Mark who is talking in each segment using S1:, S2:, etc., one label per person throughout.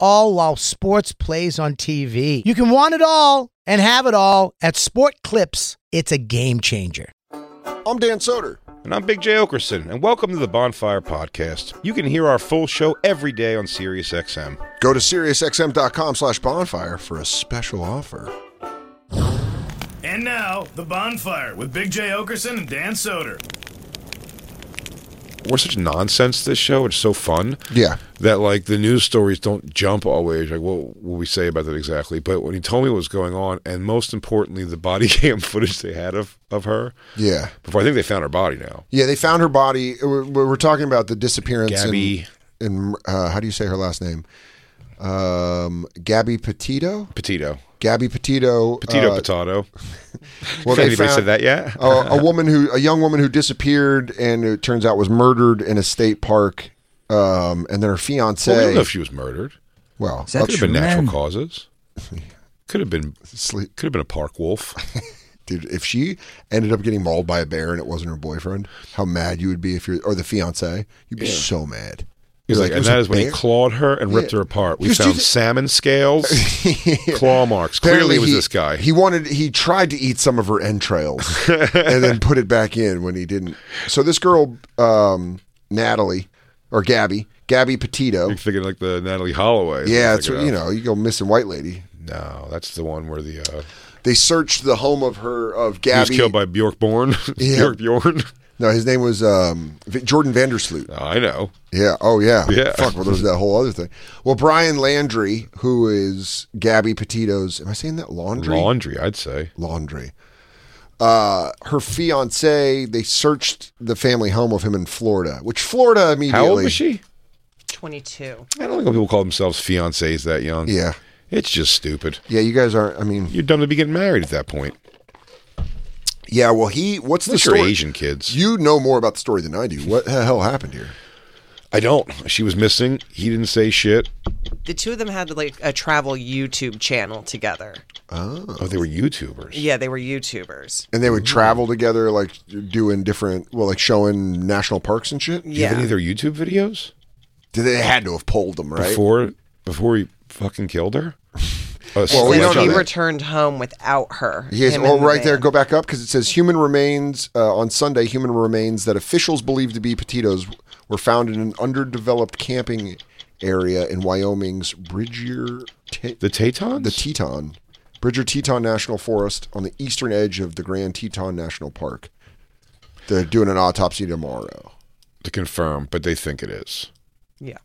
S1: all while sports plays on TV. You can want it all and have it all at Sport Clips. It's a game changer.
S2: I'm Dan Soder.
S3: And I'm Big J. Okerson, and welcome to the Bonfire Podcast. You can hear our full show every day on SiriusXM.
S2: Go to SiriusXM.com slash bonfire for a special offer.
S4: And now, The Bonfire with Big J. Okerson and Dan Soder.
S3: We're such nonsense this show. It's so fun.
S2: Yeah.
S3: That like the news stories don't jump always. Like what will we say about that exactly? But when he told me what was going on, and most importantly, the body cam footage they had of of her.
S2: Yeah.
S3: Before I think they found her body now.
S2: Yeah, they found her body. We're, we're talking about the disappearance.
S3: Gabby.
S2: And, uh, how do you say her last name? Um, Gabby Petito?
S3: Petito.
S2: Gabby Petito.
S3: Petito
S2: uh,
S3: potato.
S2: Well,
S3: Well,
S2: they
S3: anybody
S2: found-
S3: said that yet?
S2: a, a woman who, a young woman who disappeared and it turns out was murdered in a state park. Um, and then her fiance.
S3: well, we don't know if she was murdered.
S2: well,
S3: Could have been
S5: true,
S3: natural
S5: man?
S3: causes. Could have been
S2: sleep.
S3: could have been a park wolf.
S2: Dude, if she ended up getting mauled by a bear and it wasn't her boyfriend, how mad you would be if you're or the fiance, you'd be so mad.
S3: He's
S2: "It
S3: like, and
S2: was
S3: that
S2: a
S3: is when he
S2: bear?"
S3: clawed her and ripped
S2: Yeah.
S3: her apart. We
S2: Because you
S3: found
S2: th-
S3: salmon scales, claw marks. Clearly,
S2: Apparently
S3: it was
S2: he-
S3: this guy.
S2: He wanted he tried to eat some of her entrails and then put it back in when he didn't. So this girl, um, Natalie or Gabby, Gabby Petito.
S3: You're thinking like the Natalie Holloway.
S2: Yeah,
S3: I'm
S2: that's
S3: thinking
S2: what, you
S3: of.
S2: know, you go missing white lady.
S3: No, that's the one where the uh,
S2: They searched the home of her of
S3: he was
S2: Gabby.
S3: killed by Bjork Born.
S2: Yeah.
S3: Bjork Bjorn. Oh,
S2: no, his name was um, V- Jordan Vandersloot.
S3: I know.
S2: Yeah. Oh, yeah.
S3: Yeah.
S2: Fuck. Well, there's that whole other thing. Well, Brian Landry, who is Gabby Petito's, am I saying that laundry?
S3: Laundry, I'd say.
S2: laundry. Uh, her fiance. They searched the family home of him in Florida, which Florida immediately.
S3: How old was she?
S6: 22.
S3: I don't think people call themselves fiancés that young.
S2: Yeah.
S3: It's just stupid.
S2: Yeah, you guys aren't. I mean,
S3: You're dumb to be getting married at that point.
S2: yeah. Well, he. What's the
S3: Unless you're
S2: story?
S3: Asian kids.
S2: You know more about the story than I do. What the hell happened here?
S3: I don't. She was missing. He didn't say shit.
S6: The two of them had like a travel YouTube channel together.
S3: Oh, they were YouTubers.
S6: Yeah, they were YouTubers.
S2: And they would travel together, like doing different, well, like showing national parks and shit.
S3: Do you have any
S6: Yeah.
S3: of their YouTube videos
S2: They had to have polled them, right?
S3: before before he fucking killed her? Uh,
S2: Well, we
S6: Says
S2: don't know
S6: he
S2: that.
S6: returned home without her.
S2: Yes,
S6: him
S2: well,
S6: and the
S2: right there,
S6: van.
S2: go back up because it says human remains uh, on Sunday. Human remains that officials believe to be Petitos were found in an underdeveloped camping area in Wyoming's Bridger, Te-
S3: the Tetons.
S2: the Teton, Bridger Teton National Forest on the eastern edge of the Grand Teton National Park. They're doing an autopsy tomorrow.
S3: to confirm, but they think it is.
S6: Yeah.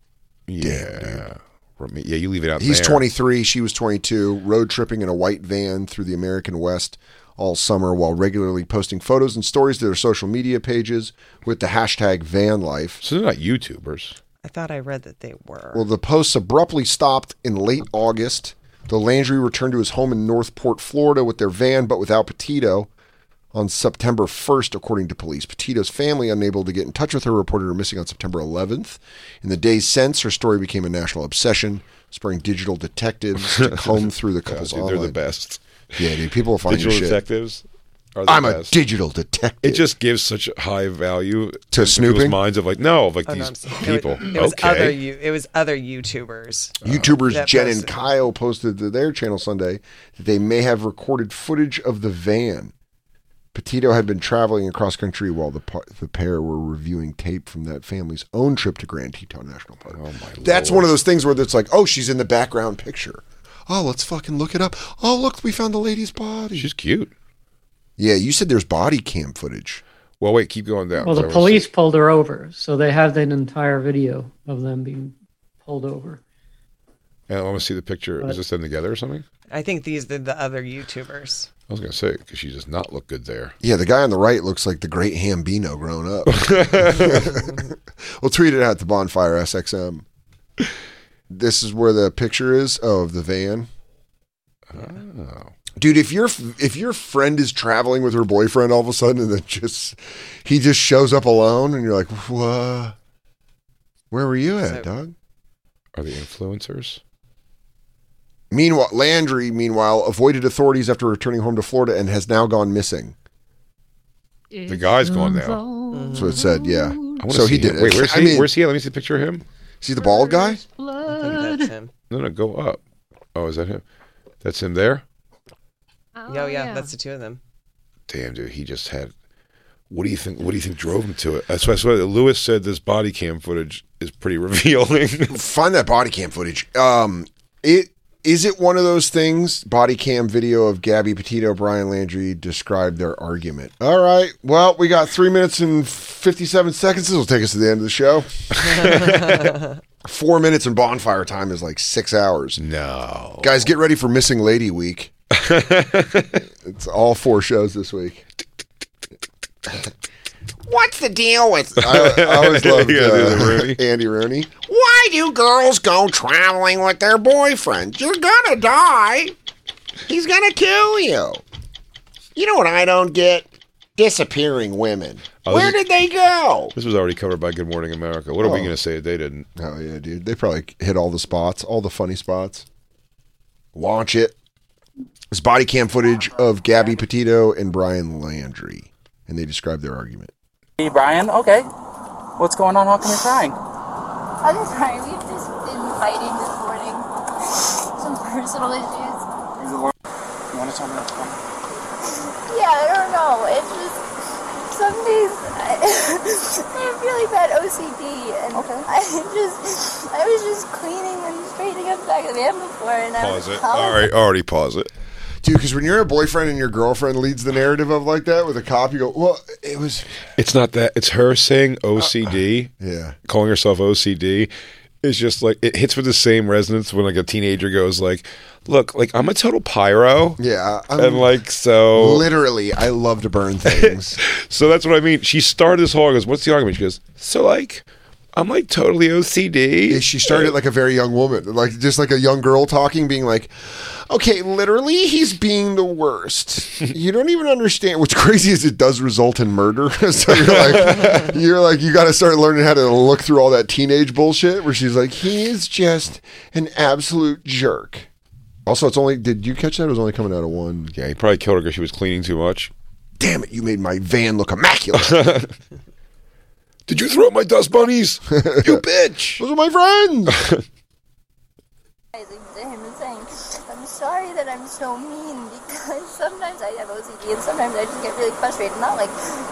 S3: Yeah. Remi- yeah, you leave it out
S2: He's
S3: there.
S2: 23, she was 22, road tripping in a white van through the American West all summer while regularly posting photos and stories to their social media pages with the hashtag vanlife.
S3: So they're not YouTubers.
S6: I thought I read that they were.
S2: Well, the posts abruptly stopped in late August. The Landry returned to his home in Northport, Florida with their van, but without Petito on September 1st, according to police. Petito's family, unable to get in touch with her, reported her missing on September 11th. In the days since, her story became a national obsession, spurring digital detectives to comb through the
S3: Yeah,
S2: couple's
S3: dude, they're
S2: online.
S3: the best.
S2: Yeah, dude, people will find
S3: Digital
S2: your shit.
S3: detectives are the
S2: I'm a
S3: best.
S2: digital detective.
S3: it just gives such high value in people's
S2: snooping?
S3: minds of like no, of like
S6: Oh, no, I'm
S3: these
S6: sorry.
S3: people.
S6: It was, it was
S3: okay,
S6: other you. It was other YouTubers.
S2: Uh, YouTubers
S6: that
S2: Jen and
S6: posted.
S2: Kyle posted to their channel Sunday that they may have recorded footage of the van Petito had been traveling across country while the par- the pair were reviewing tape from that family's own trip to Grand Teton National Park.
S3: Oh, my
S2: That's
S3: Lord.
S2: one of those things where it's like, oh, she's in the background picture. Oh, let's fucking look it up. Oh, look, we found the lady's body.
S3: She's cute.
S2: yeah, you said there's body cam footage.
S3: Well, wait, keep going down.
S5: Well,
S3: So
S5: the
S3: we'll
S5: police
S3: see.
S5: pulled her over, so they have that entire video of them being pulled over.
S3: And I want to see the picture. Is this them together or something?
S6: I think these are the other YouTubers.
S3: I was gonna say because she does not look good there.
S2: Yeah, the guy on the right looks like the great Hambino grown up. we'll tweet it out to Bonfire SXM. This is where the picture is of the van.
S3: Oh,
S2: Dude, if your if your friend is traveling with her boyfriend all of a sudden and then just he just shows up alone and you're like, "What? Where were you at,
S6: So-
S2: dog?"
S3: are they influencers?
S2: Meanwhile, Landry meanwhile avoided authorities after returning home to Florida and has now gone missing.
S3: The guy's gone now.
S6: Mm.
S2: That's what it said. Yeah.
S3: I wanna
S2: So he
S3: see
S2: did
S3: him.
S2: it.
S3: Wait, where's
S2: I
S3: he?
S2: mean-
S3: where's he? at? Let me see the picture of him.
S2: See the bald guy?
S6: I think that's him.
S3: No, no, go up. Oh, is that him? That's him there.
S6: Oh, yeah, that's the two of them.
S3: Damn, dude, he just had. What do you think? What do you think drove him to it? That's why, that's why Lewis said this body cam footage is pretty revealing.
S2: find that body cam footage. Um, it is it one of those things. Body cam video of Gabby Petito, Brian Landry described their argument. All right, well, we got three minutes and fifty-seven seconds. This will take us to the end of the show. Four minutes and bonfire time is like six hours.
S3: no,
S2: Guys, get ready for Missing Lady Week. it's all four shows this week.
S7: What's the deal with?
S2: I, I always loved
S3: Yeah, there's a
S2: uh,
S3: Rooney.
S2: Andy Rooney.
S7: Why do girls go traveling with their boyfriends? You're gonna die. He's gonna kill you. You know what I don't get? Disappearing women.
S3: Oh,
S7: Where
S3: this-
S7: did they go?
S3: this was already covered by Good Morning America. What are we
S2: Oh.
S3: gonna say if they didn't?
S2: Oh yeah, dude. They probably hit all the spots, all the funny spots. Launch it. It's body cam footage of Gabby Petito and Brian Landry, and they describe their argument.
S8: Hey, Brian. Okay. What's going on? How come you're crying?
S9: I'm sorry, we've just been fighting this morning. Some personal issues.
S8: You want to tell me what's going on?
S9: Yeah, I don't know. It's just some days I, I have really bad OCD, and I just I was just cleaning and straightening up the back of the van before, and I was
S3: Pause it. All right, already pause it.
S2: Dude, because when you're a boyfriend and your girlfriend leads the narrative of like that with a cop, you go, "Well, it was."
S3: It's not that. It's her saying OCD,
S2: Yeah,
S3: calling herself OCD. It's just like it hits with the same resonance when like a teenager goes like, "Look, like I'm a total pyro."
S2: yeah. I'm,
S3: And like so,
S2: literally, I love to burn things.
S3: So that's what I mean. She started this whole. I goes, "What's the argument?" She goes, "So like, I'm like totally OCD."
S2: Yeah, she started like a very young woman, like just like a young girl talking, being like, "Okay, literally, he's being the worst. You don't even understand." What's crazy is it does result in murder. so you're like, you're like, you got to start learning how to look through all that teenage bullshit. Where she's like, "He is just an absolute jerk." Also, it's only. Did you catch that? It was only coming out of one.
S3: Yeah, he probably killed her because she was cleaning too much.
S2: Damn it! You made my van look immaculate.
S3: Did you throw out my dust bunnies? you bitch!
S2: Those are my friends.
S9: apologizing to him and saying, I'm sorry that I'm so mean because sometimes I have OCD and sometimes I just get really frustrated. Not like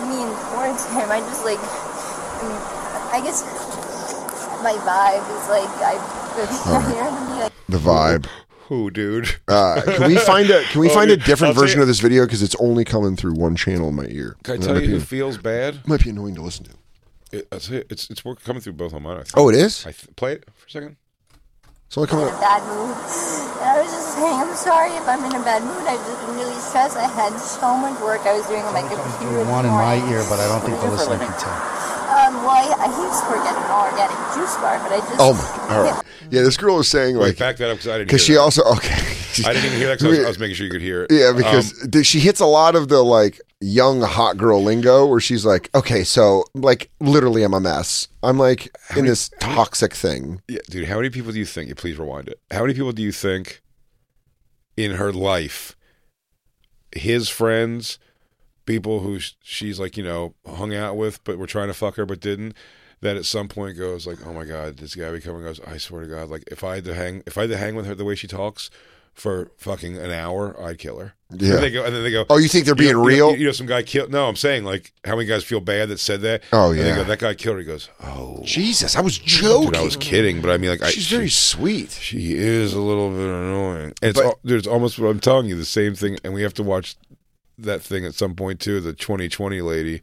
S9: mean towards him, I just like, mm, I guess my vibe is like, I, I'm here to be like,
S2: the vibe.
S3: Who, dude?
S2: Uh, can we find a Can we
S3: Oh,
S2: find a
S3: dude,
S2: different
S3: I'll tell
S2: version
S3: you-
S2: of this video because it's only coming through one channel in my ear.
S3: Can I
S2: And
S3: tell
S2: might
S3: you
S2: be-
S3: who feels bad?
S2: might be annoying to listen to.
S3: It, that's it. It's it's work coming through both on mine. I think.
S2: Oh, it is.
S3: I th- play it for a second.
S2: It's only coming
S9: in a
S2: up.
S9: bad mood. And I was just saying, I'm sorry if I'm in a bad mood. I've just been really stressed. I had so much work I was doing on my computer. this
S10: One in my
S9: morning.
S10: ear, but I don't think the
S8: You're for
S10: listener
S8: living.
S10: can tell.
S9: Um, well, I, I used to get an organic juice bar, but I just.
S2: Oh my! All right. Yeah, this girl is saying
S3: Wait,
S2: like
S3: back that up because I didn't.
S2: because she
S3: hear that.
S2: also okay.
S3: I didn't even hear that 'cause I was, I was making sure you could hear it.
S2: Yeah, because
S3: Um,
S2: th- she hits a lot of the like young hot girl lingo where she's like, okay, so like literally, I'm a mess. I'm like in this toxic thing.
S3: yeah, dude, how many people do you think? You please rewind it. How many people do you think in her life, his friends, people who sh- she's like you know hung out with, but were trying to fuck her but didn't, that at some point goes like, "Oh my God, this Gabby Comer goes." I swear to God, like if I had to hang, if I had to hang with her the way she talks for fucking an hour, I'd kill her.
S2: Yeah.
S3: And they go, and then they go.
S2: Oh, you think they're
S3: know-
S2: being
S3: know-
S2: real?
S3: You know, some guy killed. No, I'm saying like how many guys feel bad that said that.
S2: Oh,
S3: And they
S2: yeah.
S3: go, that guy killed her. He goes, "Oh,
S2: Jesus, I was joking.
S3: dude, I was kidding." But I mean, like, I,
S2: She's very sweet.
S3: she is a little bit annoying. And it's,
S2: But-
S3: al- dude, it's almost what I'm telling you, the same thing. And we have to watch that thing at some point too. The 2020 lady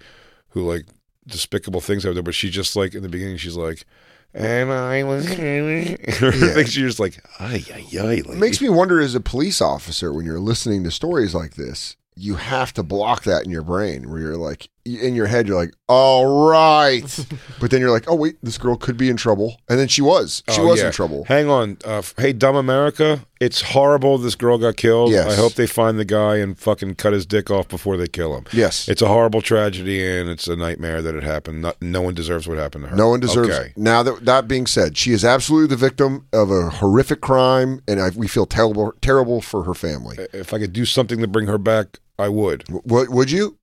S3: who like despicable things out there, but she just like in the beginning, she's like, "And I was," and everything. She's just like, "Ay, ay, ay."
S2: It
S3: lady."
S2: makes me wonder as a police officer when you're listening to stories like this, you have to block that in your brain where you're like, in your head, you're like, all right. but then you're like, oh, wait, this girl could be in trouble. And then she was. She
S3: Oh,
S2: was
S3: yeah.
S2: in trouble.
S3: Hang on, uh, f- hey, dumb America! It's horrible. This girl got killed.
S2: Yes.
S3: I hope they find the guy and fucking cut his dick off before they kill him.
S2: Yes.
S3: It's a horrible tragedy, and it's a nightmare that it happened. Not, no one deserves what happened to her.
S2: No one deserves.
S3: Okay.
S2: Now that that being said, she is absolutely the victim of a horrific crime, and I, we feel terrible, terrible for her family.
S3: If I could do something to bring her back, I would.
S2: W- What would you?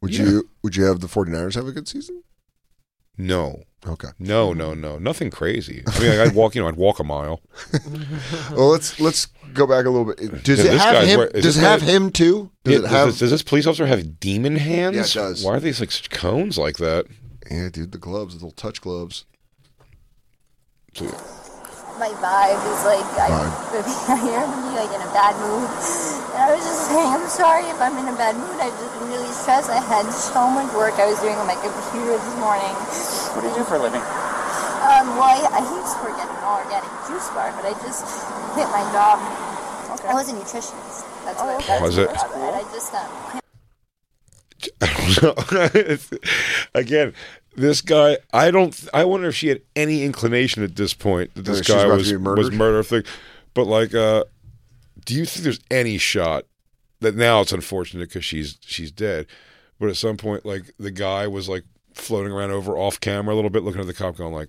S2: Would
S3: Yeah.
S2: you? Would you have the 49ers have a good season?
S3: No,
S2: Okay.
S3: no, no, no. Nothing crazy. I mean, like, I'd walk. You know, I'd walk a mile.
S2: Well, let's let's go back a little bit. Does
S3: Yeah,
S2: it
S3: this
S2: have
S3: guy's
S2: him?
S3: wear- is
S2: does it
S3: this
S2: have
S3: guy-
S2: him too? Does
S3: Yeah,
S2: it have?
S3: does, this police officer have demon hands?
S2: Yeah, it does.
S3: Why are these like such cones like that?
S2: yeah, dude, the gloves, the little touch gloves.
S9: my vibe is like I, I am like in a bad mood, and I was just saying I'm sorry if I'm in a bad mood. I've just been really stressed. I had so much work I was doing on my computer this morning.
S8: What do you do for a living?
S9: Um, well, I, I used to work at an organic juice bar, but I just quit my job. I was a nutritionist. That's what I
S3: Oh, Was it?
S9: And I just um,
S3: I don't know. It's- Again, this guy. I don't. I wonder if she had any inclination at this point that this
S2: That she's
S3: guy
S2: about to
S3: was
S2: be murdered?
S3: was murder thing. But like, uh, do you think there's any shot that now it's unfortunate because she's she's dead, but at some point, like the guy was like floating around over off camera a little bit, looking at the cop, going like,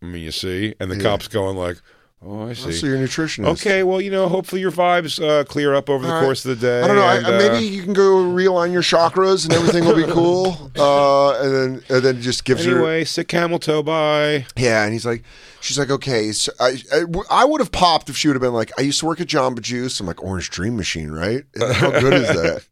S3: "I mean, you see," and the
S2: Yeah.
S3: cop's going like, "Oh, I
S2: So
S3: see."
S2: you're a nutritionist.
S3: Okay, well, you know, hopefully your vibes uh, clear up over the
S2: All right.
S3: course of the day.
S2: I don't know. I-
S3: and,
S2: I,
S3: uh,
S2: maybe you can go realign your chakras and everything will be cool. Uh, and then and then just gives her
S3: anyway, sick camel toe. Bye.
S2: Yeah, and he's like, she's like, okay, so I, I, I would have popped if she would have been like, I used to work at Jamba Juice. I'm like, Orange Dream Machine, right? How good is that?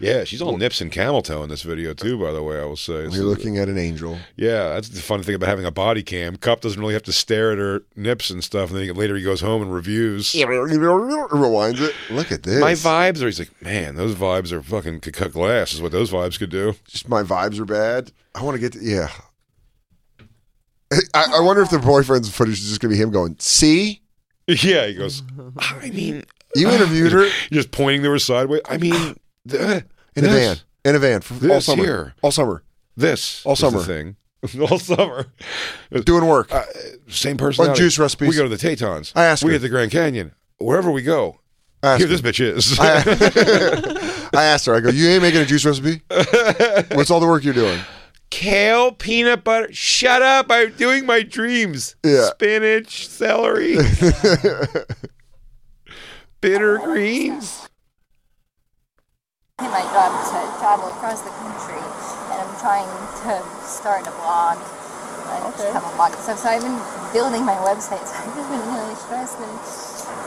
S3: Yeah, she's all nips and camel toe in this video too. By the way, I will say.
S2: You're looking at an angel.
S3: yeah, that's the fun thing about having a body cam. Cop doesn't really have to stare at her nips and stuff, and then he- later he goes home and reviews.
S2: Rewinds it. Look at this.
S3: My vibes are. He's like, man, those vibes are fucking could cut glass. Is what those vibes could do.
S2: Just my vibes are bad. I want to get. To, yeah. I, I wonder if the boyfriend's footage is just gonna be him going, see,
S3: Yeah, he goes. I mean,
S2: you interviewed her
S3: You're just pointing to her sideways. I mean, th-
S2: in a
S3: this-
S2: van, in a van for all
S3: This
S2: summer,
S3: here.
S2: all summer,
S3: This
S2: All
S3: is the
S2: summer.
S3: thing. all summer.
S2: doing work.
S3: uh, same person.
S2: juice recipes.
S3: We go to the Tetons.
S2: I ask
S3: We
S2: her.
S3: hit the Grand Canyon. Wherever we go,
S2: I asked
S3: here this bitch is.
S2: I asked her. I go, you ain't making a juice recipe. What's all the work you're doing?
S3: Kale, peanut butter. Shut up! I'm doing my dreams.
S2: Yeah.
S3: Spinach, celery, bitter greens.
S9: quit my job to travel across the country, and I'm trying to start a blog. I just have a blog and stuff, so I've been building my website. So I've just been really stressed, and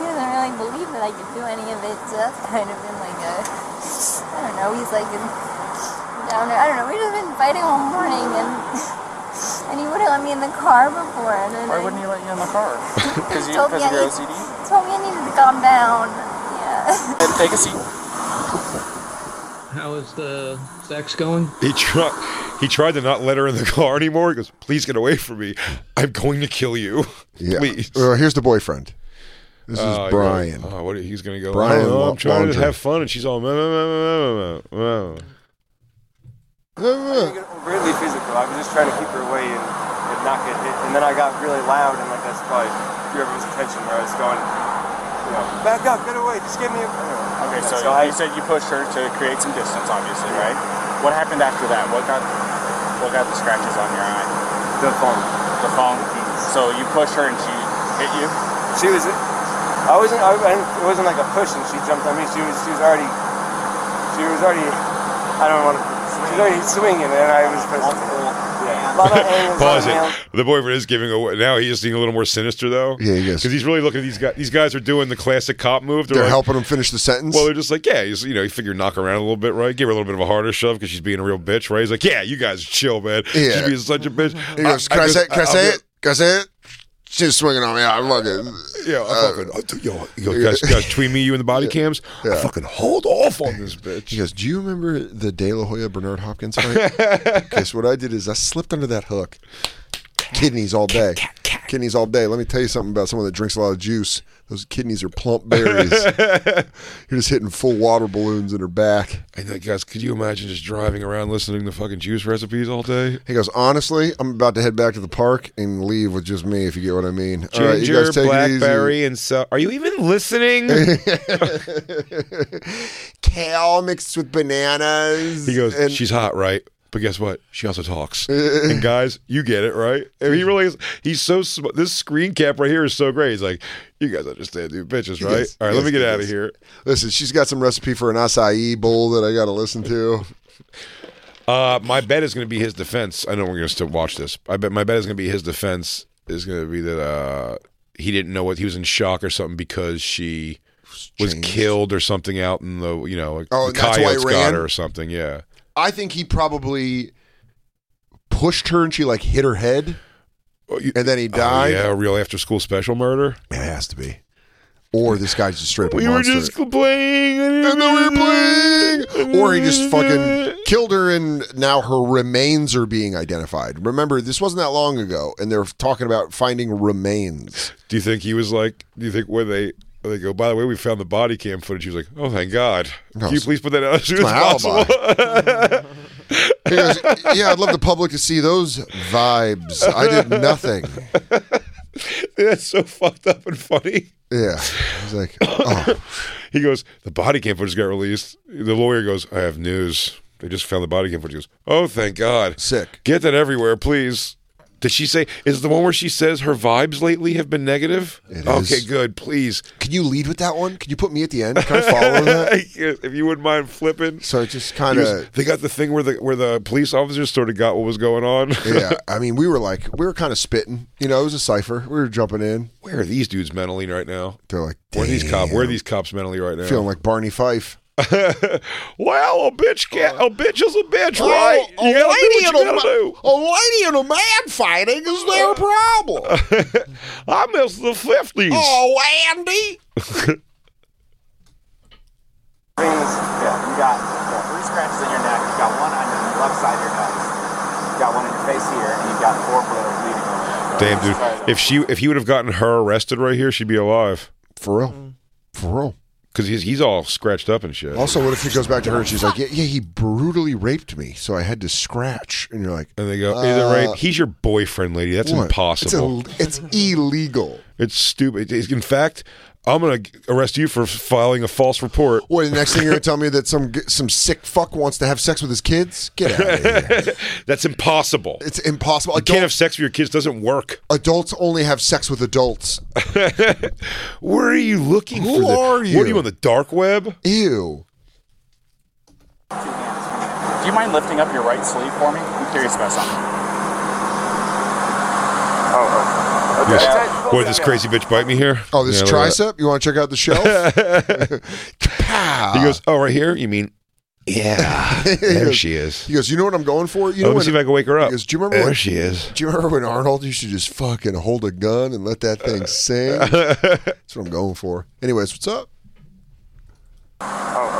S9: he doesn't really believe that I could do any of it. So that's kind of been like a, I don't know. He's like a downer. I don't know. We've just been fighting all morning, and and he wouldn't let me in the car before. And then
S8: Why
S9: I-
S8: wouldn't he let you in the car? Because you,
S9: Told me
S8: because of
S9: I
S8: your
S9: need-
S8: OCD?
S9: told me I needed to calm down. Yeah.
S8: Then take a seat.
S5: How is the sex going?
S3: He tried. He tried to not let her in the car anymore. He goes, "Please get away from me. I'm going to kill you.
S2: Yeah.
S3: Please."
S2: Well, here's the boyfriend. This is
S3: Oh, yeah.
S2: Brian.
S3: Oh, what, he's gonna go.
S2: Brian
S3: "Oh,
S2: Lo-
S3: I'm trying
S2: Laundrie.
S3: to have fun, and she's all. "Meh, meh, meh, meh, meh, meh, meh." Uh-huh.
S8: I get really physical. I was just trying to keep her away and, and not get hit. And then I got really loud, and like that's probably drew everyone's attention where I was going, you know, back up, get away, just give me a. Okay, so, you said you pushed her to create some distance, obviously, right? What happened after that? What got what got the scratches on your eye? The phone. The phone. So you pushed her and she hit you. She was. I wasn't. I, it wasn't like a push, and she jumped on me. She was. She was already. She was already. I don't want to. She was already swinging, and I was. Multiple. Yeah.
S3: Pause it. The boyfriend is giving away. Now he's just being a little more sinister, though.
S2: Yeah, he is.
S3: Because he's really looking at these guys. These guys are doing the classic cop move.
S2: They're
S3: like-
S2: helping him finish the sentence.
S3: Well, they're just like, yeah, he's, you know, you figure knock her around a little bit, right? Give her a little bit of a harder shove because she's being a real bitch, right? He's like, yeah, you guys chill, man.
S2: Yeah.
S3: She's being such a bitch.
S2: He goes, can I, say, can I say it? Can I say it? She's swinging on me. I'm fucking.
S3: Yeah,
S2: Uh,
S3: I fucking. yo, yo, guys, guys, tweet me you in the body cams. I fucking hold off on this bitch.
S2: He goes, Do you remember the De La Hoya Bernard Hopkins fight? Because what I did is I slipped under that hook. Kidneys all day. Kidneys all day. Let me tell you something about someone that drinks a lot of juice. Those kidneys are plump berries. You're just hitting full water balloons in her back.
S3: And like, guys, could you imagine just driving around listening to fucking juice recipes all day?
S2: He goes, Honestly, I'm about to head back to the park and leave with just me, if you get what I mean. All right, you
S3: Ginger,
S2: guys take it easy.
S3: blackberry, and so. Are you even listening?
S2: Kale mixed with bananas.
S3: He goes,
S2: and-
S3: she's hot, right? But guess what? She also talks. and guys, you get it, right? And he really is. He's so sm- this screen cap right here is so great. He's like, you guys understand, dude, bitches, right?
S2: Yes,
S3: All right,
S2: yes,
S3: let me get
S2: yes.
S3: out of here.
S2: Listen, she's got some recipe for an acai bowl that I got to listen to.
S3: Uh, my bet is going to be his defense. I know we're going to still watch this. I bet my bet is going to be his defense is going to be that uh, he didn't know what he was in shock or something because she was
S2: Changed.
S3: killed or something out in the you know like
S2: Oh,
S3: the
S2: and that's why he
S3: coyotes got
S2: ran?
S3: her or something. Yeah,
S2: I think he probably pushed her and she like hit her head,
S3: Oh, you-
S2: and then he
S3: oh,
S2: died.
S3: yeah, a real after school special murder.
S2: It has to be. Or this guy's just straight up a
S3: We were
S2: monster.
S3: just playing,
S2: and then we were playing. Or he just fucking killed her, and now her remains are being identified. Remember, this wasn't that long ago, and they're talking about finding remains.
S3: Do you think he was like? Do you think when they when they go? By the way, we found the body cam footage. He was like, "Oh, thank God!
S2: No,
S3: Can you
S2: it's-
S3: please put that out as soon
S2: it's
S3: as
S2: my
S3: possible?"
S2: He goes, yeah, I'd love the public to see those vibes. I did nothing.
S3: That's so fucked up and funny.
S2: Yeah. He's like, oh,
S3: He goes, "The body cam footage got released." The lawyer goes, "I have news. They just found the body cam footage." He goes, "Oh, thank God!
S2: sick.
S3: Get that everywhere, please." Did she say? Is the one where she says her vibes lately have been negative?
S2: It
S3: okay,
S2: is.
S3: good. Please,
S2: Can you lead with that one? Can you put me at the end? Can I follow that?
S3: if you wouldn't mind flipping.
S2: So it just kind
S3: He
S2: of,
S3: was- they got the thing where the where the police officers sort of got what was going on.
S2: yeah. I mean, we were like, we were kind of spitting. You know, it was a cipher. We were jumping in.
S3: where are these dudes mentally right now?
S2: They're like,
S3: Where are these cop?
S2: "Damn."
S3: Where are these cops mentally right now?
S2: Feeling like Barney Fife.
S3: well, a bitch can a bitch is a bitch,
S2: Oh,
S3: right? you gotta do what you gotta do.
S7: a lady and a man fighting is their problem.
S3: I miss the fifties.
S7: oh, Andy.
S8: Rings, yeah, you got yeah, three scratches in your neck. You got one on your left side of your nose. You got one in your face here, and you've got four blood bleeding on you.
S3: Damn, dude. If she if he would have gotten her arrested right here, she'd be alive.
S2: For real. For real.
S3: Because he's he's all scratched up and shit.
S2: Also, what if he goes back to her and she's like, yeah, yeah, he brutally raped me, so I had to scratch. And you're like,
S3: and they go, either right, he's your boyfriend, lady. That's
S2: uh, what?
S3: impossible.
S2: It's, ill- it's illegal.
S3: It's stupid. It's- In fact, I'm gonna arrest you for filing a false report.
S2: What, the next thing you're going to tell me that some g- some sick fuck wants to have sex with his kids? Get out of here.
S3: That's impossible.
S2: It's impossible.
S3: You can't
S2: Adult-
S3: have sex with your kids. Doesn't work.
S2: adults only have sex with adults.
S3: Where are you looking
S2: Who
S3: for? the-
S2: are you?
S3: What are you on the dark web?
S2: Ew.
S8: Do you mind lifting up your right sleeve for me? I'm curious about something. Oh, okay.
S3: Boy, this crazy bitch bite me here.
S2: Oh, this
S3: Yeah, look at that.
S2: tricep? You want to check out the shelf? Pow.
S3: He goes, oh, right here. You mean? Yeah, there she is. Oh,
S2: He goes, you know what I'm going for? You know
S3: Let me
S2: when,
S3: see if I can wake her up.
S2: He goes, do you remember
S3: There
S2: when-
S3: she is.
S2: Do you remember when Arnold used to just fucking hold a gun and let that thing sing? That's what I'm going for. Anyways, what's up?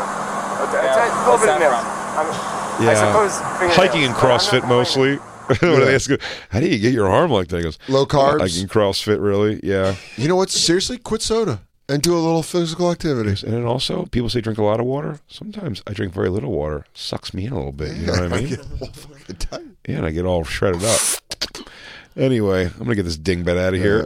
S8: What's that from? I'm, I suppose
S3: hiking and CrossFit mostly. when they
S2: Yeah.
S3: ask, him, how do you get your arm like that? He goes,
S2: Low carbs?
S3: I can CrossFit, really. Yeah.
S2: You know what? Seriously, quit soda and do a little physical activity.
S3: And then also, people say drink a lot of water. Sometimes I drink very little water. Sucks me in a little bit. You know what I mean?
S2: Get a little fucking tight.
S3: Yeah, and I get all shredded up. Anyway, I'm gonna get this dingbat out of here.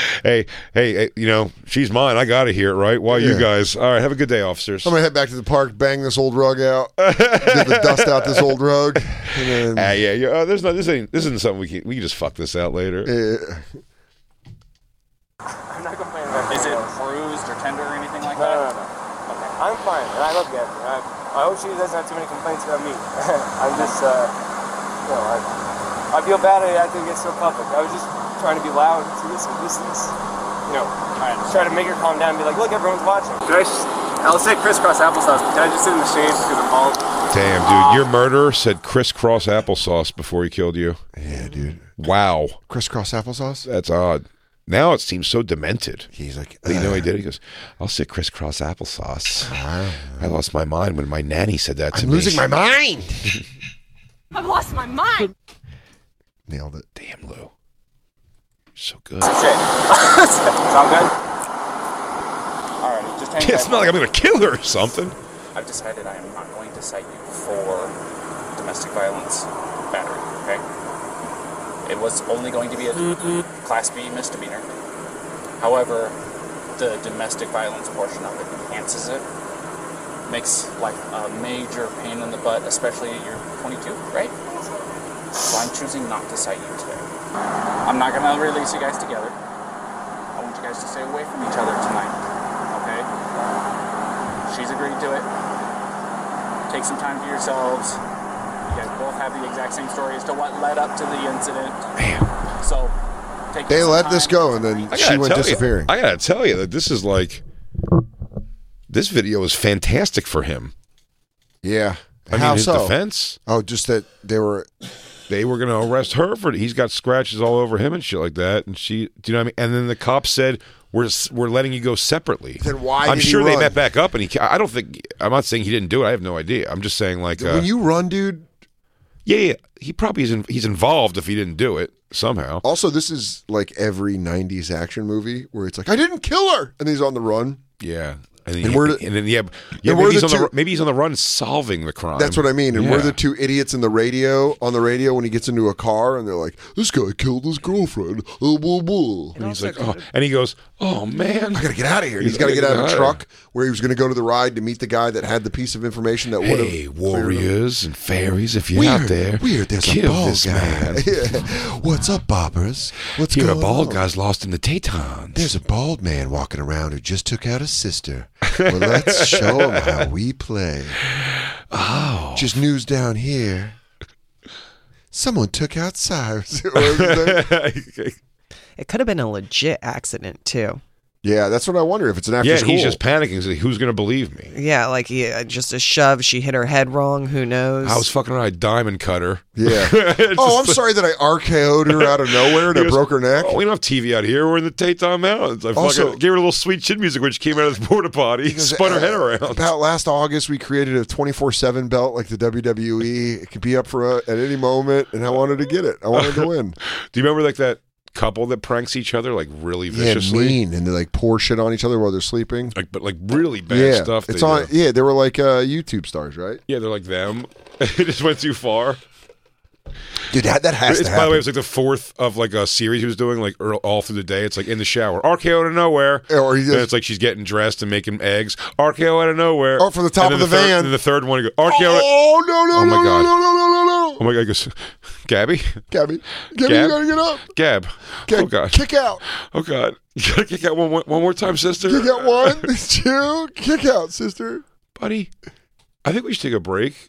S3: hey, hey, hey, you know she's mine. I gotta hear it, right? Why
S2: Yeah.
S3: you guys? All right, have a good day, officers.
S2: I'm gonna head back to the park, bang this old rug out, get the dust out this old rug, and
S3: Ah,
S2: then
S3: yeah, yeah. Oh, there's not. This ain't. This isn't something we can. We can just fuck this out later.
S2: eh,
S8: I'm not complaining about Is it bruised or tender or anything like that? No, no, no. Okay. I'm fine, and I love Gabby. I, I hope she doesn't have too many complaints about me. I'm just, uh, you know, I, I feel bad I had to get so public. I was just trying to be loud to get some distance. You know, I just try to make her calm down and be like, look, everyone's watching. Can I just, I'll say crisscross applesauce, but can I just sit in the shade because I'm bald?
S3: Damn, dude. Your murderer said crisscross applesauce before he killed you.
S2: Yeah, dude.
S3: Wow.
S2: Crisscross applesauce?
S3: That's odd. Now it seems so demented.
S2: He's like,
S3: But you know what he did? He goes, I'll sit crisscross applesauce. I lost my mind when my nanny said that to
S2: I'm
S3: me.
S2: losing my mind.
S10: I've lost my mind.
S2: Nailed it.
S3: Damn, Lou. So good.
S8: Sound good? All right, just hang
S3: It's
S8: tight.
S3: not like I'm going to kill her or something.
S8: I've decided I am not going to cite you for domestic violence battery, okay? It was only going to be a Class B misdemeanor. However, the domestic violence portion of it enhances it, makes life a major pain in the butt, especially you're 22, um, right? So I'm choosing not to cite you today. I'm not going to release you guys together. I want you guys to stay away from each other tonight, okay? She's agreed to it. Take some time for yourselves. You guys both have the exact same story as to what led up to the incident. So, take
S2: They
S8: some
S2: let this
S8: time.
S2: go, and then
S3: I
S2: she
S3: gotta
S2: went
S3: tell you-
S2: disappearing.
S3: I gotta tell you that this is like this video is fantastic for him.
S2: Yeah.
S3: I
S2: How
S3: mean, his
S2: so?
S3: defense.
S2: Oh, just that they were.
S3: They were gonna arrest her for he's got scratches all over him and shit like that. And she, do you know what I mean? And then the cops said we're we're letting you go separately.
S2: Then why
S3: I'm
S2: did he
S3: sure they
S2: run?
S3: met back up, and he. I don't think I'm not saying he didn't do it. I have no idea. I'm just saying like uh,
S2: when you run, dude.
S3: yeah, yeah, he probably isn't. He's involved if he didn't do it somehow.
S2: Also, this is like every '90s action movie where it's like, "I didn't kill her," and he's on the run.
S3: Yeah. And,
S2: And
S3: he-
S2: we're the-
S3: and then yeah, yeah
S2: and we're
S3: maybe, he's
S2: the
S3: on the,
S2: two-
S3: ru- maybe he's on the run solving the crime.
S2: That's what I mean. And we're
S3: Yeah.
S2: the two idiots in the radio on the radio when he gets into a car, and they're like, "This guy killed his girlfriend." Uh, blah, blah.
S3: And he's like, oh, and he goes, oh man,
S2: I gotta get out of here. He's got to get out of the truck where he was going to go to the ride to meet the guy that had the piece of information that would have.
S3: Hey, warriors and fairies, if you're
S2: Weird,
S3: out there,
S2: weird, there's a
S3: kill
S2: bald
S3: this
S2: guy.
S3: man.
S2: What's up, bobbers? What's
S3: Here, a
S2: going
S3: bald
S2: on?
S3: guy's lost in the tetons.
S2: There's a bald man walking around who just took out his sister. Well, let's show him how we play.
S3: Oh.
S2: Just news down here. Someone took out Cyrus. What was it?
S6: It could have been a legit accident too.
S2: yeah, that's what I wonder if it's an after
S3: yeah,
S2: school.
S3: he's just panicking. He's like, Who's gonna believe me?
S6: Yeah, like yeah, just a shove. She hit her head wrong. Who knows?
S3: I was fucking around a diamond cutter.
S2: yeah.
S3: It's
S2: oh, I'm
S3: just-
S2: sorry that I RKO'd her out of nowhere and
S3: He
S2: I
S3: goes,
S2: broke her neck.
S3: Oh, we don't have TV out here. We're in the Teton Mountains. I
S2: Also-
S3: fucking gave her a little sweet chin music when she came out of the porta potty.
S2: Because,
S3: Spun her head
S2: uh,
S3: around.
S2: About last August, we created a 24 7 belt like the WWE. It could be up for uh, at any moment, and I wanted to get it. I wanted to win.
S3: Do you remember like that couple that pranks each other like really
S2: yeah,
S3: viciously?
S2: mean. And they like pour shit on each other while they're sleeping.
S3: Like, but like really bad
S2: yeah,
S3: stuff.
S2: It's
S3: they
S2: on.
S3: do.
S2: Yeah, they were like uh, YouTube stars, right?
S3: Yeah, they're like them. it just went too far.
S2: Dude, that, that has
S3: It's,
S2: to
S3: by the way,
S2: happen.
S3: it's like the fourth of like a series he was doing, like ear- all through the day. It's like in the shower, RKO out of nowhere,
S2: Or he
S3: and
S2: just-
S3: it's like she's getting dressed and making eggs, RKO out of nowhere,
S2: Or Oh, from the top
S3: And then
S2: of the
S3: third-
S2: van.
S3: and the third one, he goes, RKO, oh,
S2: Oh, no, no,
S3: Oh,
S2: no,
S3: my
S2: no,
S3: God.
S2: no, no, no, no, no.
S3: Oh my god, he goes, Gabby,
S2: Gabby, Gabby,
S3: Gab?
S2: you gotta get up.
S3: Gab,
S2: Gab,
S3: oh god,
S2: Kick out.
S3: oh god, you gotta kick out one, one, one more time, sister,
S2: Kick out one, two, kick out, sister.
S3: buddy. I think we should take a break.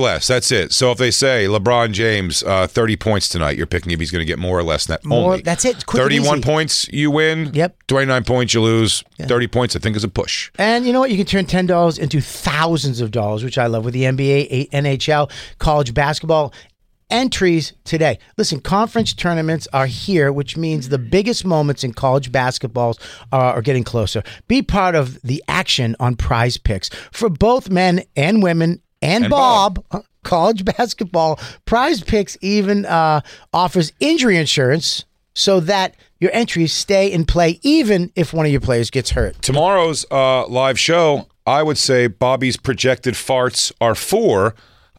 S3: less. That's it. So if they say LeBron James, uh, 30 points tonight, you're picking if he's going to get more or less than that
S1: More-
S3: only.
S1: that's it. Quick and
S3: 31
S1: easy.
S3: points, you win.
S1: Yep.
S3: 29 points, you lose. 30 points, I think, is a push.
S1: And you know what? You can turn ten dollars into thousands of dollars, which I love with the NBA, eight NHL, college basketball entries today. Listen, conference tournaments are here, which means the biggest moments in college basketballs are, are getting closer. Be part of the action on Prize Picks for both men and women and,
S3: And
S1: Bob. College basketball prize picks even uh, offers injury insurance so that your entries stay in play even if one of your players gets hurt.
S3: Tomorrow's uh, live show, I would say Bobby's projected farts are four.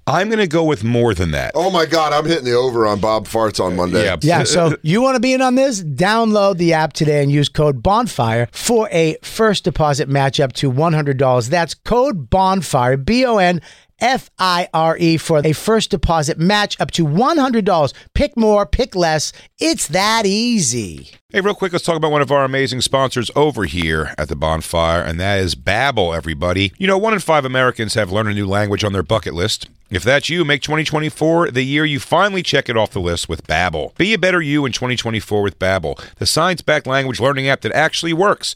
S3: I'm going to go with more than that.
S2: Oh my God, I'm hitting the over on Bob Farts on Monday.
S3: Yeah. Uh,
S1: Yeah, so you want to be in on this? Download the app today and use code BONFIRE for a first deposit match up to $100. That's code BONFIRE, B O N F I R E, for a first deposit match up to $100. Pick more, pick less. It's that easy.
S3: Hey, real quick, let's talk about one of our amazing sponsors over here at the bonfire, and that is Babbel, everybody. You know, one in five Americans have learned a new language on their bucket list. If that's you, make 2024 the year you finally check it off the list with Babbel. Be a better you in 2024 with Babbel, the science-backed language learning app that actually works.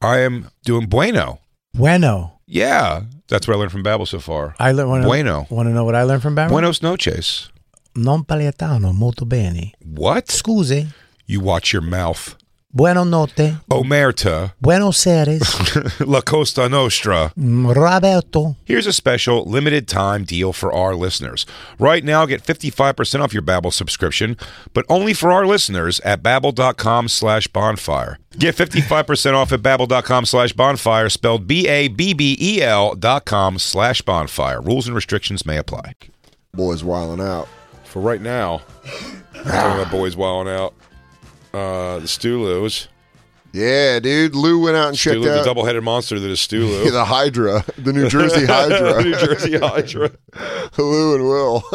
S3: I am doing bueno.
S1: Bueno.
S3: Yeah, that's what I learned from Babbel so far.
S1: I learned wanna,
S3: bueno.
S1: Want to know what I learned from Barry?
S3: Buenos noches.
S1: Non paletano molto bene.
S3: What?
S1: Scusi.
S3: You watch your mouth.
S1: Buenos notte.
S3: Omerta,
S1: Buenos Aires.
S3: La Costa Nostra.
S1: Roberto.
S3: Here's a special limited time deal for our listeners. Right now, get 55% off your Babbel subscription, but only for our listeners at babbel.com slash bonfire. Get 55% off at babbel.com slash bonfire, spelled B-A-B-B-E-L E dot com slash bonfire. Rules and restrictions may apply.
S2: Boys wilding out.
S3: For right now, talking about boys wilding out, uh, the Stulos,
S2: Yeah, dude. Lou went out and checked
S3: Stulu, the
S2: out
S3: double headed monster that is Stulu.
S2: the Hydra, the New Jersey Hydra.
S3: New Jersey Hydra.
S2: Lou and Will.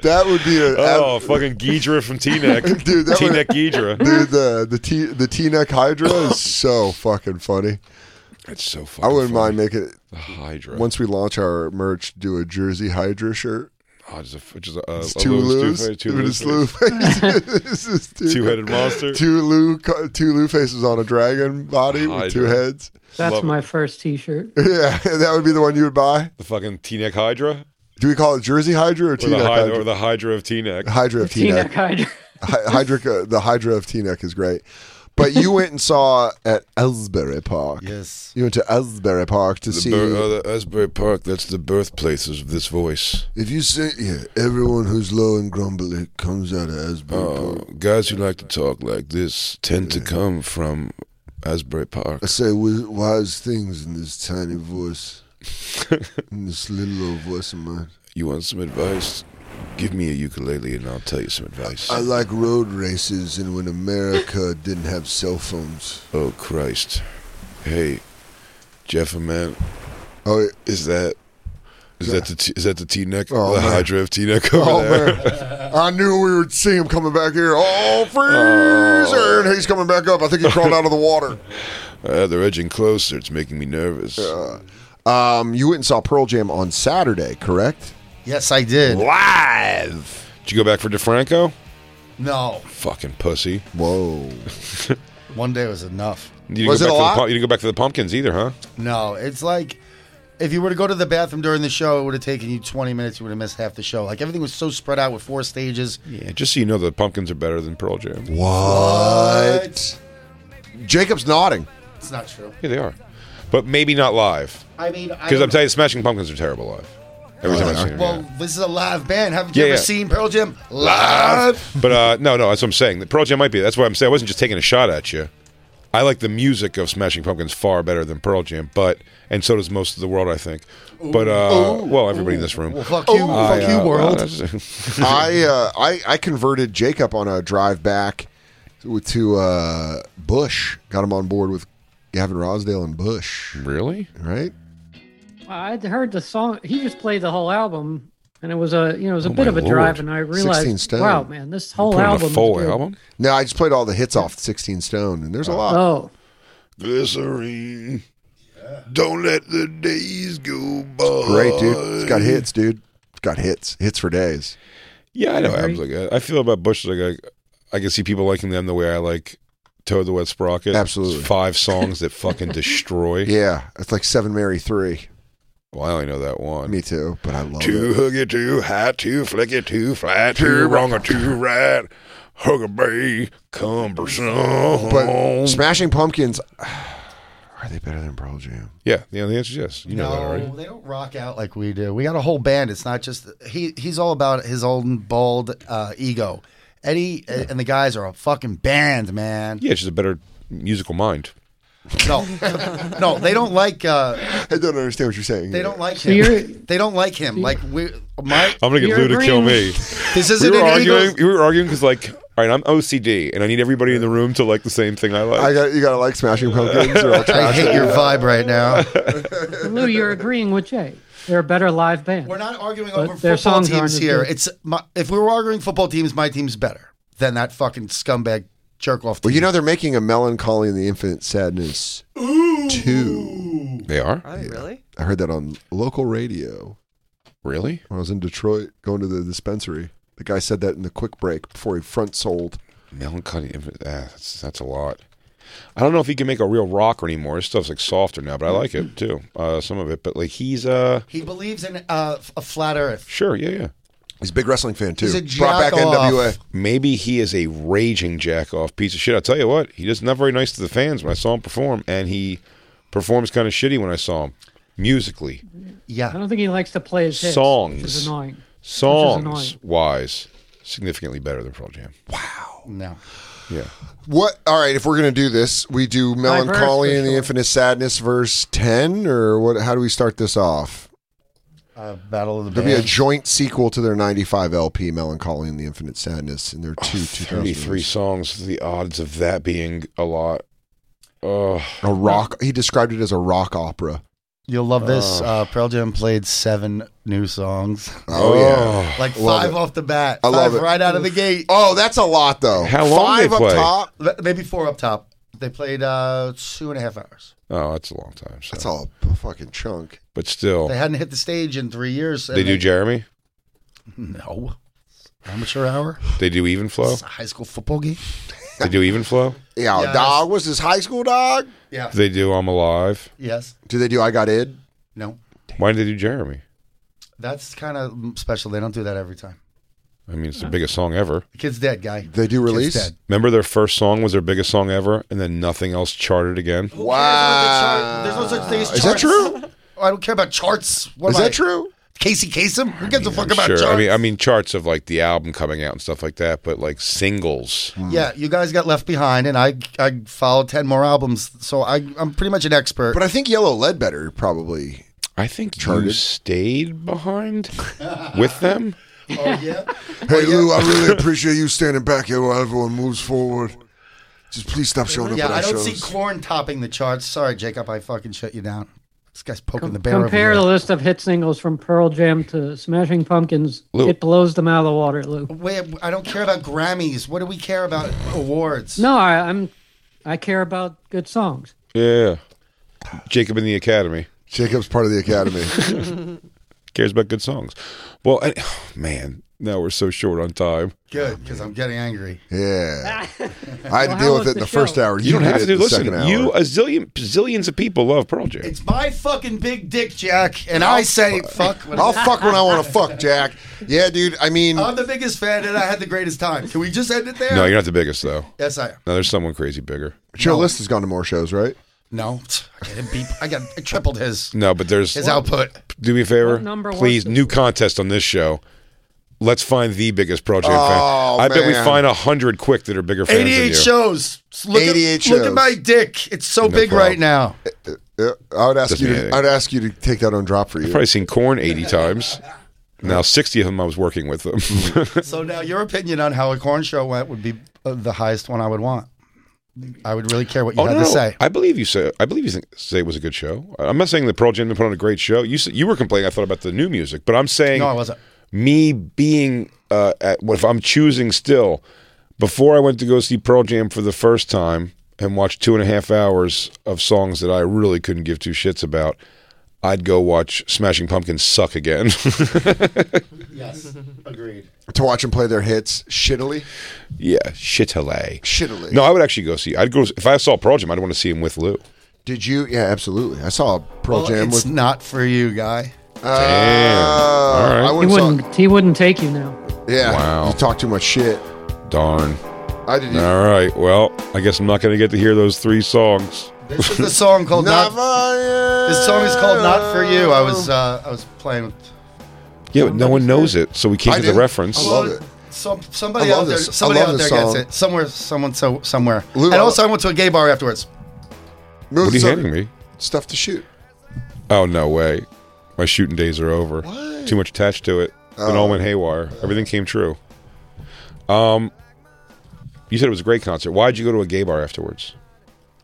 S2: that would be a
S3: Oh, fucking Ghidra from T Neck.
S2: Dude, that
S3: T Neck
S2: would-
S3: Ghidra.
S2: Dude, the the T the T neck Hydra is so fucking funny.
S3: It's so fucking
S2: I wouldn't mind making it
S3: The Hydra.
S2: once we launch our merch. Do a Jersey Hydra shirt.
S3: Oh, just a, just a,
S2: It's
S3: a
S2: two
S3: Lou's,
S2: Lou's.
S3: two,
S2: Dude,
S3: Lou's
S2: it's Lou faces.
S3: Two headed monster.
S2: Two Lou, co- two Lou faces on a dragon body with two
S3: Hydra.
S2: heads.
S5: That's
S3: Love it.
S5: my first T-shirt.
S2: Yeah, that would be the one you would buy.
S3: The fucking T Neck Hydra.
S2: Do we call it Jersey Hydra or
S3: Or
S2: T
S3: the,
S2: neck
S3: hydra,
S2: Hydra?
S3: or the Hydra of T Neck.
S2: Hydra of T
S5: T-neck
S2: neck.
S5: Hydra.
S2: Hydra, the Hydra of T neck is great. But you went and saw at Ellsbury Park.
S1: Yes.
S2: You went to Ellsbury Park to
S3: The
S2: see.
S3: bir- oh, the Asbury Park, that's the birthplace of this voice.
S2: If you say, yeah, everyone who's low and grumbly comes out of Asbury
S3: Uh, guys who like to talk like this tend to come from Asbury Park.
S2: I say wi- wise things in this tiny voice, in this little old voice of mine.
S3: You want some advice? Give me a ukulele and I'll tell you some advice.
S2: I like road races and when America didn't have cell phones.
S3: oh, Christ. Hey, Jeff, man,
S2: Oh, yeah.
S3: is that. Is that the t- is that the T neck
S2: Oh,
S3: the
S2: man.
S3: Hydra of T neck over
S2: Oh,
S3: there?
S2: man. I knew we would see him coming back here. Oh, freezer! And he's coming back up. I think he crawled out of the water.
S3: Uh, they're edging closer. It's making me nervous.
S2: Um, you went and saw Pearl Jam on Saturday, correct?
S1: Yes, I did.
S2: Live!
S3: Did you go back for DeFranco?
S1: No,
S3: Fucking pussy.
S2: Whoa.
S1: one day was enough.
S3: You didn't,
S2: Was it
S3: go
S2: a
S3: back for the
S2: lot?
S3: pump- you didn't go back for the pumpkins either, huh?
S1: No, it's like if you were to go to the bathroom during the show, it would have taken you 20 minutes. You would have missed half the show. Like everything was so spread out with four stages.
S3: Yeah. Just so you know, the pumpkins are better than Pearl Jam.
S2: What? Jacob's nodding.
S1: It's not true.
S3: Yeah, they are, but maybe not live.
S1: I mean, I
S3: Because I'm
S1: don't-
S3: telling you, Smashing Pumpkins are terrible live. Every
S2: Oh,
S3: time I've seen them.
S1: well,
S3: yeah.
S1: this is a live band. Haven't you
S3: Yeah,
S1: ever
S3: yeah.
S1: seen Pearl Jam live?
S3: But uh, no, no, that's what I'm saying. The Pearl Jam might be. That's what I'm saying. I wasn't just taking a shot at you. I like the music of Smashing Pumpkins far better than Pearl Jam, but and so does most of the world, I think. But uh, well, everybody in this room.
S1: Well, fuck you,
S3: I,
S1: fuck you,
S3: uh,
S1: world.
S3: that's-
S2: I, uh, I I converted Jacob on a drive back to, to uh, Bush. Got him on board with Gavin Rosdale and Bush.
S3: really?
S2: Right?
S5: I'd heard the song. He just played the whole album, and it was a you know it was a
S3: Oh,
S5: bit
S3: my
S5: of a drive.
S3: Lord.
S5: And I
S2: 16
S5: realized,
S2: Stone.
S5: wow, man, this
S3: Put
S5: whole
S3: on
S5: album.
S3: a
S5: is
S3: full
S5: good.
S3: album.
S2: No, I just played all the hits off 16 Stone, and there's a lot.
S5: Oh,
S3: Glycerine. Don't let the days go by.
S2: Great, dude. It's got hits, dude. It's got hits. Hits for days.
S3: Yeah, I know. I,
S5: Very-
S3: was like, I- I feel about Bush like I, I can see people liking them the way I like Toad the Wet Sprocket.
S2: Absolutely.
S3: It's five songs that fucking destroy.
S2: Yeah, it's like Seven Mary Three.
S3: Well, I only know that one.
S2: Me too, but I love
S3: Too
S2: it.
S3: hooky, too high, too flicky, too flat, too wrong or too right. Huckabee, cumbersome.
S2: But Smashing Pumpkins, are they better than Pearl Jam?
S3: yeah, yeah, the answer is yes. You know that already.
S1: they don't rock out like we do. We got a whole band. It's not just he. He's all about his own bald uh, ego. Eddie uh and the guys are a fucking band, man.
S3: Yeah, she's a better musical mind.
S1: No, no, they don't like. Uh,
S2: I don't understand what you're saying.
S1: they don't like
S5: so you're
S1: him. They don't like him. Like we, my.
S3: I'm gonna get
S5: You're
S3: Lou to kill
S5: agreeing.
S3: me.
S1: This
S3: we
S1: isn't
S3: were
S1: an
S3: arguing.
S1: Eagles.
S3: We were arguing because, like, all right, I'm OCD, and I need everybody in the room to like the same thing I like.
S2: I got you. Got to like Smashing Pumpkins. Or I'll
S1: I
S2: trash
S1: hate
S2: it.
S1: your vibe right now.
S5: Lou, you're agreeing with Jay. They're a better live band.
S1: We're not arguing
S5: But
S1: over
S5: their
S1: football
S5: songs aren't
S1: teams
S5: as
S1: here.
S5: good.
S1: It's my, if we were arguing football teams, my team's better than that fucking scumbag jerk off.
S2: Well, you know they're making a melancholy and the infinite sadness two.
S3: They are
S6: Are they really?
S2: I heard that on local radio
S3: really.
S2: when I was in Detroit going to the dispensary. The guy said that in the quick break before he front sold.
S3: Melancholy. Ah, that's, that's a lot. I don't know if he can make a real rocker anymore. His stuff's like softer now, but
S2: Mm.
S3: I like it too. Uh, some of it, but like he's uh
S1: he believes in uh, a flat Earth.
S3: sure, yeah, yeah.
S2: He's a big wrestling fan too.
S1: He's a
S2: Brought back
S1: jack-off.
S2: NWA.
S3: Maybe he is a raging jack off piece of shit. I tell you what, he just not very nice to the fans when I saw him perform, and he performs kind of shitty when I saw him musically,
S5: I
S1: Yeah,
S5: don't think he likes to play his hits,
S3: Songs.
S5: Which is annoying.
S3: songs
S5: annoying.
S3: wise, significantly better than Pearl Jam.
S1: no.
S3: Yeah,
S2: What? All right. If we're gonna do this, we do melancholy
S5: verse for
S2: and the
S5: sure.
S2: infinite sadness, verse ten, or what? How do we start this off?
S11: Uh, Battle of the
S2: There'll be a
S11: Bands.
S2: joint sequel to their 95 LP, Melancholy and the Infinite Sadness, and their two
S3: 33
S2: 2003.
S3: songs. The odds of that being a lot. Ugh.
S2: A rock. He described it as a rock opera.
S11: You'll love this.
S2: Ugh.
S11: Uh, Pearl Jam played seven new songs.
S2: Oh, yeah.
S11: like
S2: Love
S11: five
S2: it.
S11: off the bat.
S2: I love
S11: five
S2: it.
S11: right out of the gate.
S2: Oh, that's a lot though.
S3: How long
S2: Five
S3: they
S2: up
S3: play?
S2: top.
S11: Le- Maybe four up top. They played uh, two and a half hours.
S3: Oh, that's a long time. So.
S2: That's all fucking chunk.
S3: But still,
S11: They hadn't hit the stage in three years. and
S3: they do Jeremy.
S11: No. Amateur hour.
S3: They do even flow.
S11: It's a high school football game.
S3: They do even flow.
S2: Yeah,
S11: Yes.
S2: dog was his high school dog.
S11: Yeah.
S3: They do I'm alive.
S11: Yes.
S2: Do they do I got id?
S11: No.
S3: Why did they do Jeremy?
S11: That's kind of special. They don't do that every time.
S3: I mean, it's the biggest song ever.
S11: The kid's dead, guy.
S2: They do
S11: Kid's
S2: release?
S11: dead.
S3: Remember their first song was their biggest song ever, and then nothing else charted again.
S11: Wow. There's no such thing as charts.
S2: Is that true?
S11: I don't care about charts. What
S2: Is
S11: am
S2: that
S11: I-
S2: true?
S11: Casey Kasem? Who gives a fuck about
S3: Sure,
S11: charts?
S3: I mean, I mean charts of like the album coming out and stuff like that, but like singles.
S11: yeah, you guys got left behind, and I I followed ten more albums, so I I'm pretty much an expert.
S2: But I think Yellow Ledbetter probably.
S3: I think you
S2: Charted.
S3: stayed behind with them.
S2: Hey Lou, I really appreciate you standing back here while everyone moves forward. Just please stop showing
S11: yeah, I don't see corn topping the charts. Sorry, Jacob, I fucking shut you down. This guy's poking the bear.
S5: Compare the
S11: over
S5: list of hit singles from Pearl Jam to Smashing Pumpkins.
S11: Lou.
S5: It blows them out of the water, Lou.
S11: the. Wait, I don't care about Grammys. What do we care about awards?
S5: No, I, I'm. I care about good songs.
S3: Yeah, Jacob in the Academy
S2: Jacob's part of the academy.
S3: cares about good songs. Well, and, man, now we're so short on time.
S11: Good, because I'm getting angry.
S2: yeah, I had to deal with it in the first hour.
S3: You, don't
S2: did
S3: have
S2: it
S3: to
S2: in the
S3: listen.
S2: second hour.
S3: You a zillion zillions of people love Pearl Jam.
S11: It's my fucking big dick, Jack, and I say fuck. when
S2: I'll
S11: I-
S2: fuck when I want to fuck, Jack. Yeah, dude. I mean,
S11: I'm Uh, the biggest fan, and I had the greatest time. Can we just end it there?
S3: no, you're not the biggest though.
S11: Yes, I am.
S3: No, there's someone crazy bigger.
S2: Joe List has gone to more shows, right?
S11: No, I got him beat. I got I tripled his
S3: No, but there's
S11: his output.
S3: Do me a favor,
S5: What number was
S3: please.
S5: the-
S3: New contest on this show. Let's find the biggest Pearl Jam
S2: Oh,
S3: fan. I bet we
S2: man.
S3: find a hundred quick that are bigger fans than you.
S11: 88 shows. Look
S2: 88
S11: at, Look
S2: shows.
S11: at my dick. It's so
S3: No
S11: big
S3: problem.
S11: right now.
S2: Yeah, uh, I would ask
S3: Doesn't
S2: you.
S3: mean
S2: To,
S3: anything.
S2: I'd ask you to take that on drop for
S3: I've
S2: you.
S3: probably seen Corn eighty times. Now sixty of them I was working with them.
S11: Mm. So now your opinion on how a corn show went would be uh, the highest one I would want. I would really care what you
S3: oh
S11: had
S3: no,
S11: to
S3: no.
S11: say.
S3: I believe you say. I believe you think, say it was a good show. I'm not saying that Pearl Jam didn't put on a great show. You said- you were complaining. I thought about the new music, but I'm saying
S11: No, I wasn't.
S3: me being uh, at, what if I'm choosing still before I went to go see Pearl Jam for the first time and watch two and a half hours of songs that I really couldn't give two shits about. I'd go watch Smashing Pumpkins suck again.
S11: Yes, agreed.
S2: to watch them play their hits shittily.
S3: yeah, shittily.
S2: Shittily.
S3: No, I would actually go see. I'd go if I saw Pearl Jam. I'd want to see him with Lou.
S2: Did you? Yeah, absolutely. I saw Pearl
S11: Well,
S2: Jam
S11: it's
S2: with. uh,
S11: not for you, guy.
S3: Damn. All right.
S2: I
S5: He
S2: wouldn't.
S5: wouldn't. He wouldn't take you now.
S2: saw- yeah.
S3: Wow.
S2: You talk too much shit.
S3: Darn.
S2: I didn't.
S3: All right. Well, I guess I'm not going to get to hear those three songs.
S11: This is the song called
S2: Never.
S11: not, This song is called "Not for You." I was uh, I was playing with
S3: Yeah, but no one knows it, so we can't
S2: I
S3: get the
S2: do.
S3: reference.
S2: I love it.
S11: Some,
S2: I
S11: somebody
S2: love
S11: out there,
S2: this- I
S11: somebody
S2: love
S11: out there
S2: this song.
S11: gets it. Somewhere, someone, so somewhere.
S2: Lou,
S11: and
S2: I-
S11: also, I went to a gay bar afterwards.
S2: Move
S3: What are you
S2: some
S3: handing me?
S2: Stuff to shoot.
S3: Oh no way! My shooting days are over.
S2: What?
S3: Too much attached to it. It
S11: Oh.
S3: all went haywire. Everything came true. Um, you said it was a great concert. Why'd you go to a gay bar afterwards,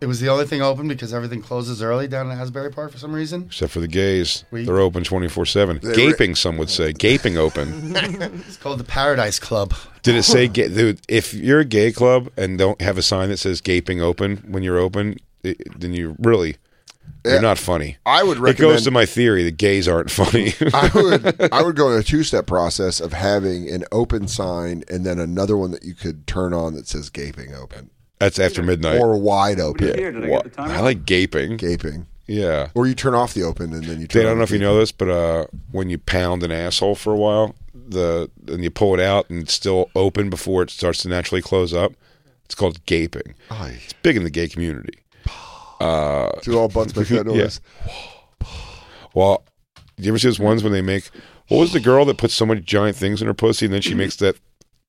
S11: It was the only thing open because everything closes early down in Asbury Park for some reason.
S3: except for the gays?
S11: We-
S3: They're open twenty four seven.
S2: They were-
S3: Gaping, some would say. Gaping open.
S11: It's called the Paradise Club.
S3: Did it say gay? Dude, if you're a gay club and don't have a sign that says "gaping open" when you're open, it, then you really
S2: Yeah.
S3: you're not funny.
S2: I would
S3: It
S2: recommend.
S3: goes to my theory that gays aren't funny.
S2: I would. I would go in a two-step process of having an open sign and then another one that you could turn on that says gaping open
S3: That's after midnight.
S2: or wide open.
S3: Wha- I like gaping.
S2: Gaping.
S3: Yeah.
S2: Or you turn off the open and then you. Turn
S3: Dave, I don't
S2: on
S3: know if you
S2: gaping.
S3: know this, but uh, when you pound an asshole for a while, the and you pull it out and it's still open before it starts to naturally close up, it's called gaping.
S2: Aye.
S3: It's big in the gay community. Uh,
S2: Do all butts make that
S3: Yeah.
S2: noise?
S3: well, do you ever see those ones when they make? What was the girl that put so many giant things in her pussy and then she makes that